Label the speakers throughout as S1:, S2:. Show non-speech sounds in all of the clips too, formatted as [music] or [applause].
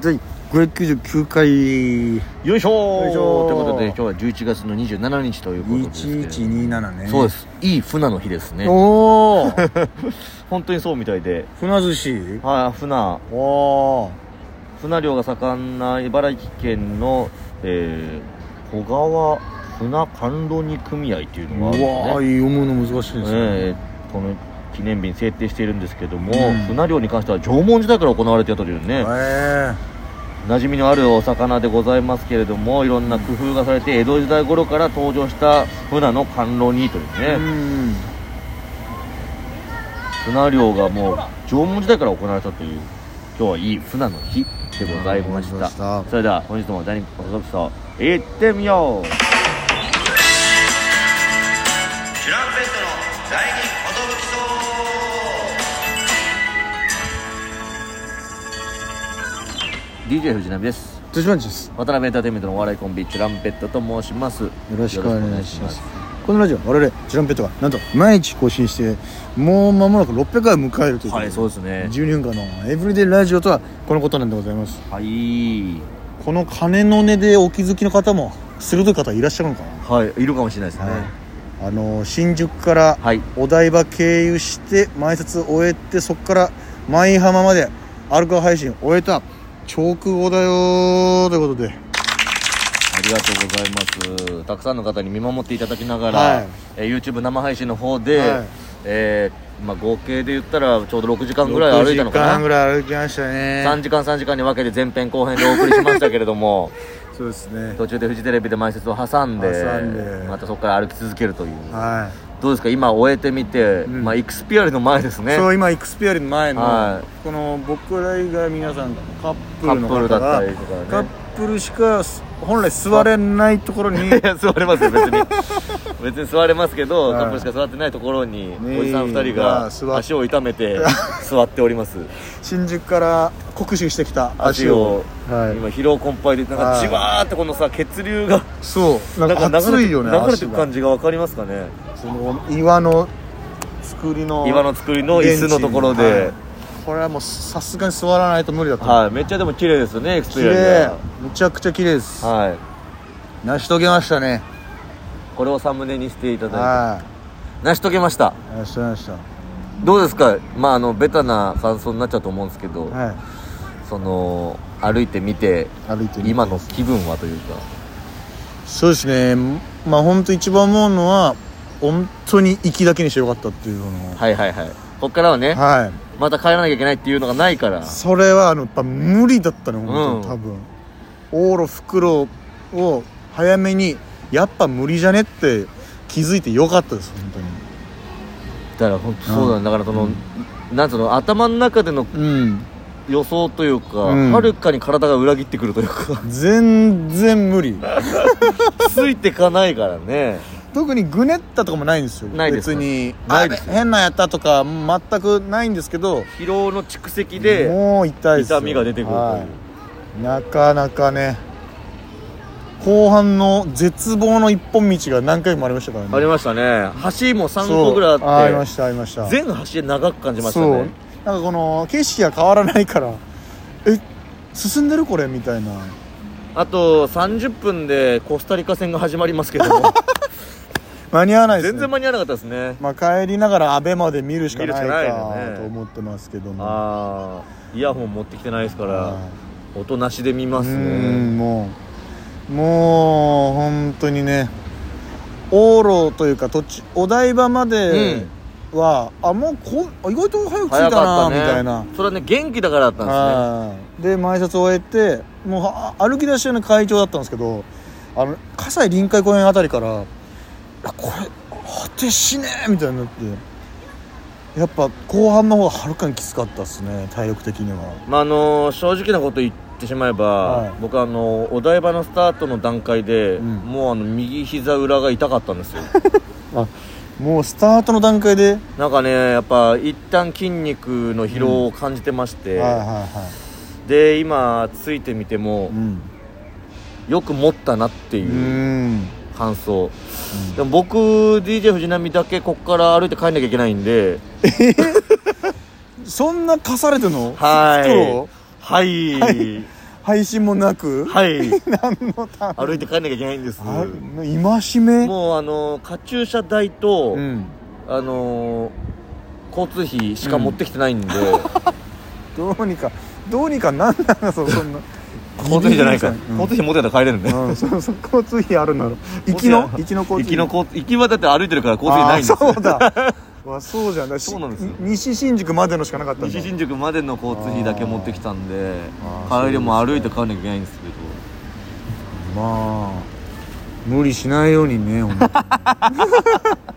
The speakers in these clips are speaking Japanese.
S1: 第599回
S2: よいしょー
S1: よいしょー
S2: ということで今日は11月の27日ということですけれども
S1: 1127ね
S2: そうですいい船の日ですね
S1: おお
S2: 本当にそうみたいで
S1: 船寿
S2: [laughs]
S1: 司
S2: はい船
S1: おお
S2: 船漁が盛んな茨城県の、えー、小川船甘露煮組合という
S1: ーう
S2: のがあるんですね
S1: わー読むの難しいですね、
S2: えーこの記念日に制定しているんですけども、
S1: うん
S2: 船漁に関しては縄文時代から行われていたというね、
S1: え
S2: 馴染みのあるお魚でございますけれどもいろんな工夫がされて江戸時代頃から登場した船の甘露煮という
S1: え
S2: ね、
S1: うん
S2: 船漁がもう縄文時代から行われたという今日はいい船の日でございました
S1: わかりました
S2: それでは本日も第2放送局行ってみよう
S3: チュランペットの第二ほど
S2: DJ 藤波です
S1: 豊島地です
S2: 渡辺エンターテインメントのお笑いコンビチュランペットと申しますよ
S1: よろしくお願いしますこのラジオは我々チュランペットがなんと毎日更新してもう間もなく600回を迎えるということ
S2: はいそうですね
S1: 12分間のエブリデイラジオとはこのことなんでございます
S2: はい
S1: この鐘の音でお気づきの方も鋭い方いらっしゃるのかな
S2: はいいるかもしれないですね
S1: はい、あの新宿から
S2: はい
S1: お台場経由して前説を終えてそこから舞浜までアルカ配信終えた直後だよーということで
S2: ありがとうございます。たくさんの方に見守っていただきながら、
S1: はい
S2: えー YouTube 生配信の方で、
S1: はい
S2: えーまあ、合計で言ったらちょうど6時間ぐらい歩いたの
S1: 6時
S2: か
S1: 間
S2: な
S1: ぐらい歩きましたね
S2: 3時間3時間に分けて前編後編でお送りしましたけれども [laughs]
S1: そうですね
S2: 途中でフジテレビで前説を挟んで
S1: 挟んで
S2: またそこから歩き続けるという、
S1: は
S2: どうですか今終えてみて、
S1: うん
S2: まあ、イクスピアリの前です
S1: い、
S2: ね
S1: そう今エクスペアリの前の、
S2: はい
S1: この僕ら以外皆さんカップ
S2: カ
S1: ルの
S2: ップ
S1: 方
S2: ルだった
S1: が
S2: りとかね
S1: カップルしか本来座れないところに
S2: [laughs] いや座れますよ別
S1: [laughs]
S2: に別に座れますけど、
S1: はい
S2: カップルしか座ってないところに、
S1: ねえ
S2: おじさん2人
S1: ま
S2: が
S1: あ座っ
S2: 足を痛めて座っております
S1: 新宿から酷使してきた
S2: 足
S1: 足
S2: を
S1: を、はい、
S2: 今疲労困憊でなんか
S1: はい
S2: じわーってこのさ血流が
S1: そう
S2: な
S1: なん
S2: んか
S1: か
S2: 流
S1: 熱
S2: れて
S1: いよね
S2: 流れてく
S1: 足が
S2: 感じが分かりますかね
S1: その岩の作りの
S2: 今の作りの椅子のとこ
S1: ベ
S2: ろ
S1: ン
S2: で
S1: チにはいこれはもうさすがに座らないと無理だと思う
S2: はいめっちゃでも綺麗ですよねエクスペ
S1: 綺
S2: リア
S1: 麗むちゃくちゃ綺麗です
S2: はい
S1: 成し遂げましたね
S2: これをサムネにしていただい
S1: は
S2: て成し遂げました
S1: い成し遂げました
S2: どうですかまああのベタな感想になっちゃうと思うんですけど
S1: はい
S2: その歩いてみて
S1: 歩いてみて
S2: 今の気分はというか
S1: そうですねまあ本当一番思うのは本当に行きだけにしてよかったっていうの
S2: はいはいはいこっからはね
S1: はい
S2: また帰らなきゃいけないっていうのがないから
S1: それはあのやっぱ無理だったね本当
S2: うん
S1: に多分、往路袋を早めにやっぱ無理じゃねって気づいてよかったです本当に
S2: だから本当そうだねだからそのなんつうの頭の中での
S1: うん
S2: 予想というか、
S1: うん
S2: はるかに体が裏切ってくるというか [laughs]
S1: 全然無理
S2: ついてかないからね
S1: 特にぐねったとかもないんですよ
S2: ないです
S1: 別に
S2: ないです
S1: あ変なやったとか全くないんですけど
S2: 疲労の蓄積で
S1: もう痛いですよ
S2: 痛みが出てくるという、
S1: はいなかなかね後半の絶望の一本道が何回もありましたからね
S2: あり
S1: ま
S2: ましたね橋も3個ぐらい
S1: あり
S2: あ
S1: ま
S2: って
S1: したありました
S2: 全橋で長く感じました
S1: そう
S2: ね
S1: なんかこの景色が変わらないからえ進んでるこれみたいな
S2: あと30分でコスタリカ戦が始まりますけ
S1: [laughs]
S2: ども
S1: 間に合わないです、ね、
S2: 全然間に合わなかったですね
S1: まあ、帰りながらアベまで見るしかない
S2: 見るしかないよ
S1: か
S2: ね
S1: と思ってますけども
S2: ああイヤホン持ってきてないですから
S1: は
S2: 音なしで見ま
S1: う
S2: すね
S1: んもうもう本当にね往路というか途中お台場までは、あもうこあ意外と早く着いた
S2: 早か
S1: な
S2: ったね
S1: みたいな
S2: それはね元気だからだったんですね
S1: はいで前説終えてもうは歩き出しの会場だったんですけどあの葛西臨海公園あたりからいやこれ果てしねえみたいになってやっぱ後半の方がはるかにきつかったですね体力的には
S2: まああの正直なこと言ってしまえば、
S1: はい
S2: 僕あのお台場のスタートの段階で、
S1: うん
S2: もうあの右膝裏が痛かった
S1: [laughs]
S2: んですよ
S1: もうスタートの段階で、
S2: なんかねやっぱ一旦筋肉の疲労を感じてまして、
S1: はいはいは
S2: で今ついてみて
S1: い
S2: も
S1: うん
S2: よく持ったなって
S1: う
S2: いうん感想、でも僕 DJ 藤波だけこっから歩いて帰んなきゃいけないんで
S1: そんな貸されてんの
S2: はい
S1: そう
S2: はい、
S1: 配信もなく、
S2: はい
S1: 何のため
S2: 歩いて帰んなきゃいけないんです
S1: あ戒め
S2: もうあのカチューシャ代と、
S1: ん
S2: あの交通費しか持ってきてないんで、
S1: どうにかどうにかなんなの
S2: [laughs]
S1: そそんな
S2: [laughs] 交通費じゃないか
S1: う
S2: ら、
S1: ん
S2: 交通費持ってたら帰れるね、
S1: うん、そうそう交通費あるなら行きの行きの交通費
S2: 行きの交通行きはだって歩いてるから交通費ないんです
S1: あーそうだ [laughs] わそうじゃんだし
S2: そうなんですよ
S1: 西新宿までのしかなかったんだ
S2: 西新宿までの交通費だけ持ってきたんで
S1: あー
S2: 帰りも
S1: そう
S2: 歩
S1: で
S2: い
S1: す
S2: て
S1: ね
S2: 帰んなきゃいけないんですけど
S1: まあ無理しないようにね本当に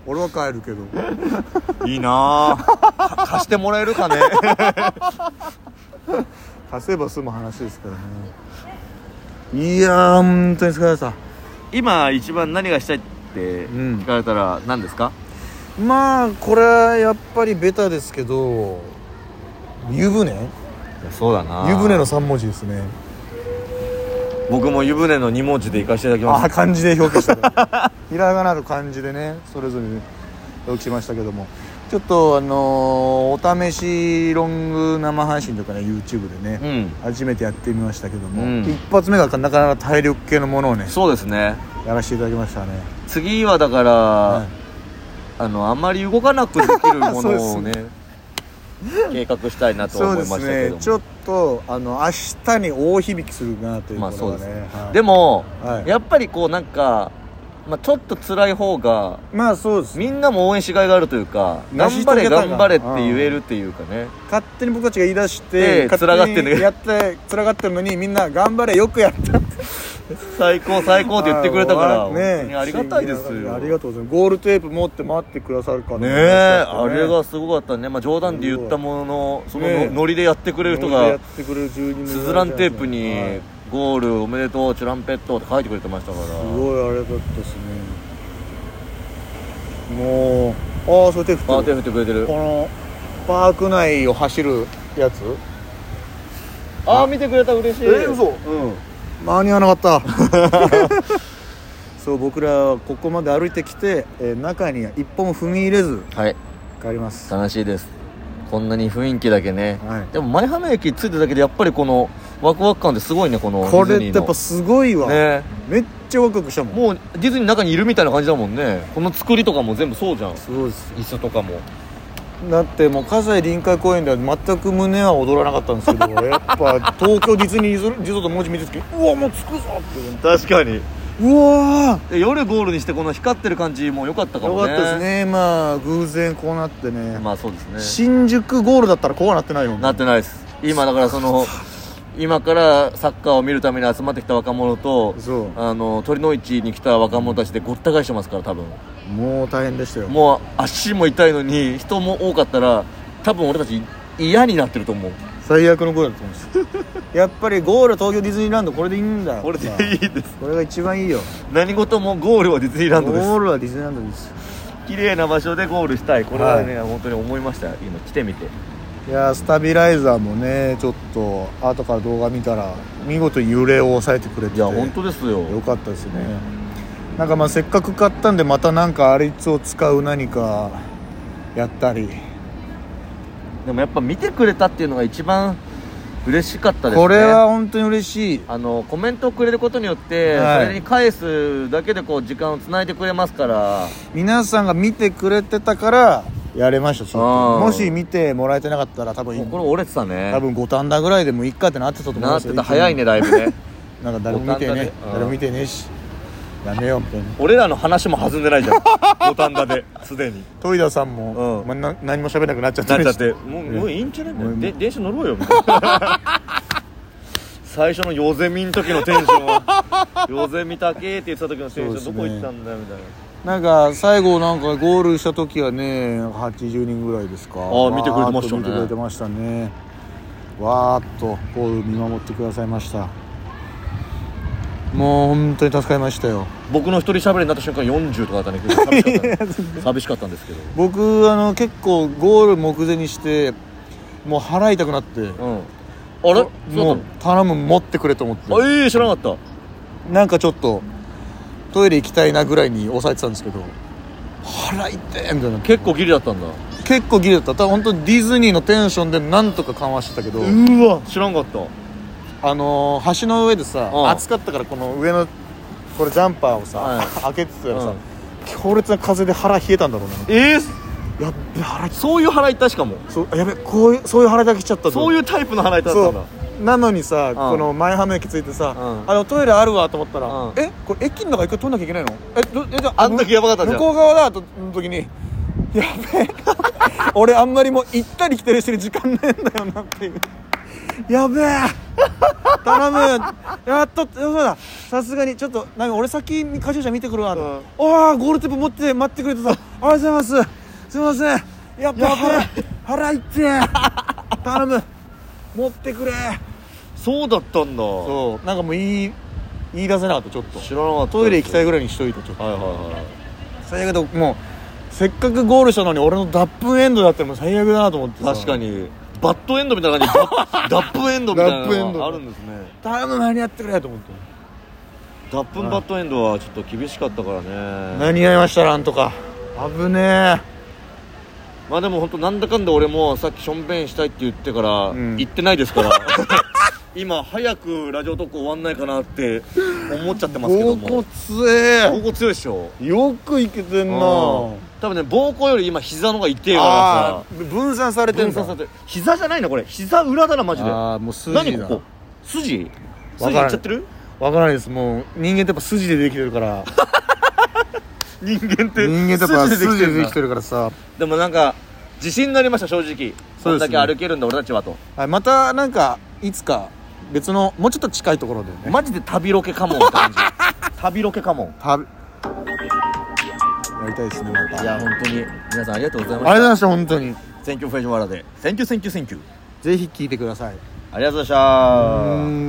S1: [laughs] 俺は帰るけど
S2: いいなあか貸してもらえる
S1: [laughs]
S2: かね
S1: 貸せば済む話ですからねいやー本当に疲れた
S2: [laughs] 今一番何がしたいって
S1: うん
S2: 聞かれたら何ですか、
S1: まあこれはやっぱりベタですけど湯船
S2: そうだな
S1: 湯船の3文字ですね
S2: 僕も湯船の2文字で行かせていただき
S1: あ
S2: ま
S1: あ
S2: す
S1: 漢字で表記した
S2: [laughs]
S1: ひらがなと漢字でねそれぞれ表記しましたけどもちょっとあのーお試しロング生配信とかね YouTube でね、
S2: うん
S1: 初めてやってみましたけども、
S2: うん
S1: 一発目がなかなか体力系のものをね
S2: そうですね
S1: やらせていただきましたね、
S2: 次はだから、
S1: はい
S2: あのあんまり動かなくできる
S1: [laughs]
S2: も
S1: そうで
S2: の
S1: す
S2: をね
S1: ね
S2: 計画したいなと
S1: そ
S2: 思
S1: う
S2: い
S1: で
S2: ますしたけど
S1: ね
S2: も
S1: ちょっとあの明日に大響きするなという
S2: まあ
S1: こ
S2: そ
S1: と
S2: う
S1: が
S2: です
S1: ね,
S2: ね
S1: はい、
S2: でも、
S1: はい
S2: やっぱりこうなんか、まあ、ちょっと辛い方が
S1: まあそうですね
S2: みんなも応援しがいがあるというか
S1: 成
S2: 頑
S1: し
S2: 張
S1: 遂
S2: れ
S1: げたが
S2: 頑張れって言えるっていうかね
S1: 勝手に僕たちが言い出して
S2: で
S1: 勝手に
S2: つらがってんだけど
S1: やってつらがってるのにみんな頑張れよくやったって
S2: 最高最高って言ってくれ
S1: [laughs]
S2: たから
S1: あー
S2: 本
S1: ね
S2: 当にありがたいですよ
S1: ありがとうございますゴールテープ持って待ってくださるから
S2: ねえあれがすごかったね、まあ、冗談で言ったもののそのの
S1: ねえ
S2: ノリでやってくれる人
S1: やっ
S2: が
S1: てくれる住人
S2: スズランテープ
S1: はい
S2: に「ゴールおめでとうチュランペット」って書いてくれてましたから
S1: すごいあれだったですねもうああそれ手振って
S2: パー
S1: る
S2: ティー振ってくれてる
S1: このパーク内を走るやつ
S2: ああ見てくれた嬉しい
S1: うん間に合わなかった [laughs] そう僕らはここまで歩いてきて、えー中には一歩も踏み入れず
S2: はい
S1: 帰ります
S2: 悲しいですこんなに雰囲気だけね、
S1: はい
S2: でも舞浜駅着いただけでやっぱりこのワクワク感ってすごいねこのデ
S1: これ
S2: ィ
S1: っ
S2: ズ
S1: て
S2: ニ
S1: や
S2: ー
S1: っ
S2: の
S1: ぱすごいわ、
S2: ね
S1: めっちゃワクワクしたもん
S2: もうディズニーの中にいるみたいな感じだもんねこの作りとかも全部そうじゃん
S1: そうです
S2: 椅子とかも
S1: だってもう葛西臨海公園では全く胸は躍らなかったんですけ [laughs] どやっぱ東京ディズニーリゾリゾートの文字見てる時うわもう着くぞって
S2: 確かに
S1: うわ
S2: で夜ゴールにしてこの光ってる感じも良かった
S1: ー
S2: か
S1: よ
S2: も
S1: かっ
S2: ね
S1: たですねまあ偶然こうなってね、
S2: まあそうですね
S1: 新宿ゴールだったらこうはなってないよ
S2: なってないです今だからその今からサッカーを見るために集まってきた若者と
S1: そ
S2: あの鳥の市に来た若者たちでごった返してますから多分
S1: うもう大変でしたよ
S2: もう足も痛いのに人も多かったら多分俺たち嫌になってると思う
S1: 最悪のゴールだと思
S2: [laughs]
S1: うんですやっぱりゴール東京ディズニーランドこれでいいんだ
S2: これでいいです
S1: これが一番いいよ
S2: [laughs] 何事もゴールはディズニーランドです
S1: ゴールはディズニーランドです
S2: 綺麗な場所でゴールしたいこれはね、
S1: は
S2: 本当に思いました今来てみて
S1: いやースタビライザーもねちょっと後から動画見たら見事に揺れを抑えてくれて
S2: いや本当ですよ
S1: よかったですねなんかまあせっかく買ったんでまたなんかあれを使う何かやったり
S2: でもやっぱ見てくれたっていうのが一番嬉しかったですね
S1: これは本当に嬉しい
S2: あのコメントをくれることによって、
S1: はい
S2: それに返すだけでこう時間をつないでくれますから
S1: 皆さんが見てくれてたからやれましたちょっ
S2: あ
S1: と
S2: ー
S1: もし見てもらえてなかったら多分
S2: 心折れてたね
S1: 多分五反田ぐらいでもいっかってなってたと思うん
S2: な
S1: で
S2: っ
S1: す
S2: て
S1: よ
S2: た早いねだいぶね
S1: なんか誰も見てね
S2: 五反田でうん
S1: 誰も見てねえしやめようみたいな
S2: 俺らの話も弾んでない [laughs] じゃん五反田ですでに
S1: 戸井田さんも、
S2: うん
S1: まあ、な何も喋れなくなっちゃった
S2: な
S1: り
S2: っちゃっ
S1: して
S2: もうもういいんじゃない
S1: もう
S2: で電車乗ろうよみ [laughs] たいな最初のヨゼミの時のテンションは [laughs] ヨゼミ高えって言ってた時のテンション
S1: そう
S2: ど
S1: ですね
S2: こ行ったんだよみたいな
S1: なんか最後なんかゴールした時はね80人ぐらいですか
S2: ああ見てくれてました
S1: わ
S2: ね
S1: ーっと見てくれてましたねわーっとゴール見守ってくださいましたもう本当に助かりましたよ
S2: 僕の一人喋りになった瞬間40とかだったね結構寂しかったね [laughs] 寂しかったんですけど
S1: 僕あの結構ゴール目前にしてもう腹痛くなって
S2: うんあれそ
S1: も
S2: う
S1: う頼む持ってくれと思っ
S2: だったの
S1: て
S2: あええ知らなかっ
S1: なんかちょっとトイレ行きたいなぐらいに抑えてたんですけど腹痛えみたいな
S2: た結構ギリだったんだ
S1: 結構ギリだったただ本当にディズニーのテンションでなんとか緩和してたけど
S2: うわ知らんかった
S1: あのー橋の上でさ、
S2: うん
S1: 暑かったからこの上のこれジャンパーをさ、
S2: はい
S1: 開けてたらさ、
S2: うん
S1: 強烈な風で腹冷えたんだろうな
S2: えー、
S1: やっべ腹き
S2: そういう腹いったしかも
S1: そうやべこういうそういう腹だけ来ちゃった
S2: そう
S1: う
S2: いうタイプの腹いっただ
S1: そ
S2: ったんだ
S1: うなのにさ、この前浜駅着いてさ、
S2: うん
S1: あのトイレあるわと思ったら、
S2: うん
S1: えこれ駅の中一回通んなきゃいけないのえどえじゃ
S2: あん時やばかったじゃん
S1: 向こう側だとの時にやべえ [laughs] 俺あんまりもう行ったり来たりしてる時間ねえんだよなっていうやべえ頼むやっとそうださすがにちょっとなんか俺先にカジュ車見てくるわ、
S2: ん
S1: ああゴールテープ持って待ってくれてたありがとうございますすいませんやっぱ腹いってえ頼む持ってくれ
S2: そうだったんだ
S1: そうなんかもう言い言い出せなかったちょっと
S2: 知らなかった
S1: トイレ行きたい
S2: ぐ
S1: ぐらいにしといたちょっと
S2: はいはいはい
S1: 最悪だもうせっかくゴールしたのに俺の脱粉エンドだったらもう最悪だなと思ってさ
S2: 確かにバッドエンドみた [laughs] いな感じダップエンドみたいな
S1: ダップエン
S2: の
S1: ド
S2: があるんですね
S1: 頼む何やってくれと思って
S2: ダップンバッドエンドはちょっと厳しかったからね
S1: 何やりましたなんとか危ね
S2: まあでも本当なんだかんだ俺もさっきしょんべんしたいって言ってから
S1: うん
S2: 行ってないですから [laughs] 今早くラジオトーク終わんないかなって思っちゃって
S1: え
S2: ますけど
S1: 膀
S2: も
S1: 骨え
S2: 膀骨強いでしょ
S1: よくいけてんな
S2: 多分ね膀胱より今膝の方が痛いから
S1: あ
S2: さ
S1: ー分散されてん
S2: 分
S1: だ
S2: 散されてる膝じゃないなこれ膝裏だなマジで
S1: ああもう筋だ
S2: 何ここ筋
S1: わ
S2: 筋いっち
S1: から
S2: ゃ
S1: ん
S2: ってる
S1: わからないですもう人間ってやっぱ筋でできてるから [laughs]
S2: 人間って
S1: 人間ってやっぱ筋でで
S2: る
S1: きてるからさ
S2: でもなんか自信になりました正直
S1: そ
S2: こ
S1: うんですね
S2: だけ歩けるんだ俺たちはと
S1: はいまたなんかいつか別のもうちょっと近いところでね
S2: マジで旅ロケかもって
S1: [laughs]
S2: 感じ旅ロケかも
S1: 食べやりたいですねまた
S2: いや本当に皆さんありがとうございま
S1: ありがとうござい
S2: し
S1: ました本当に
S2: た選挙フェジョワラで選挙選挙選挙
S1: ぜひ聞いてください
S2: ありがとうございました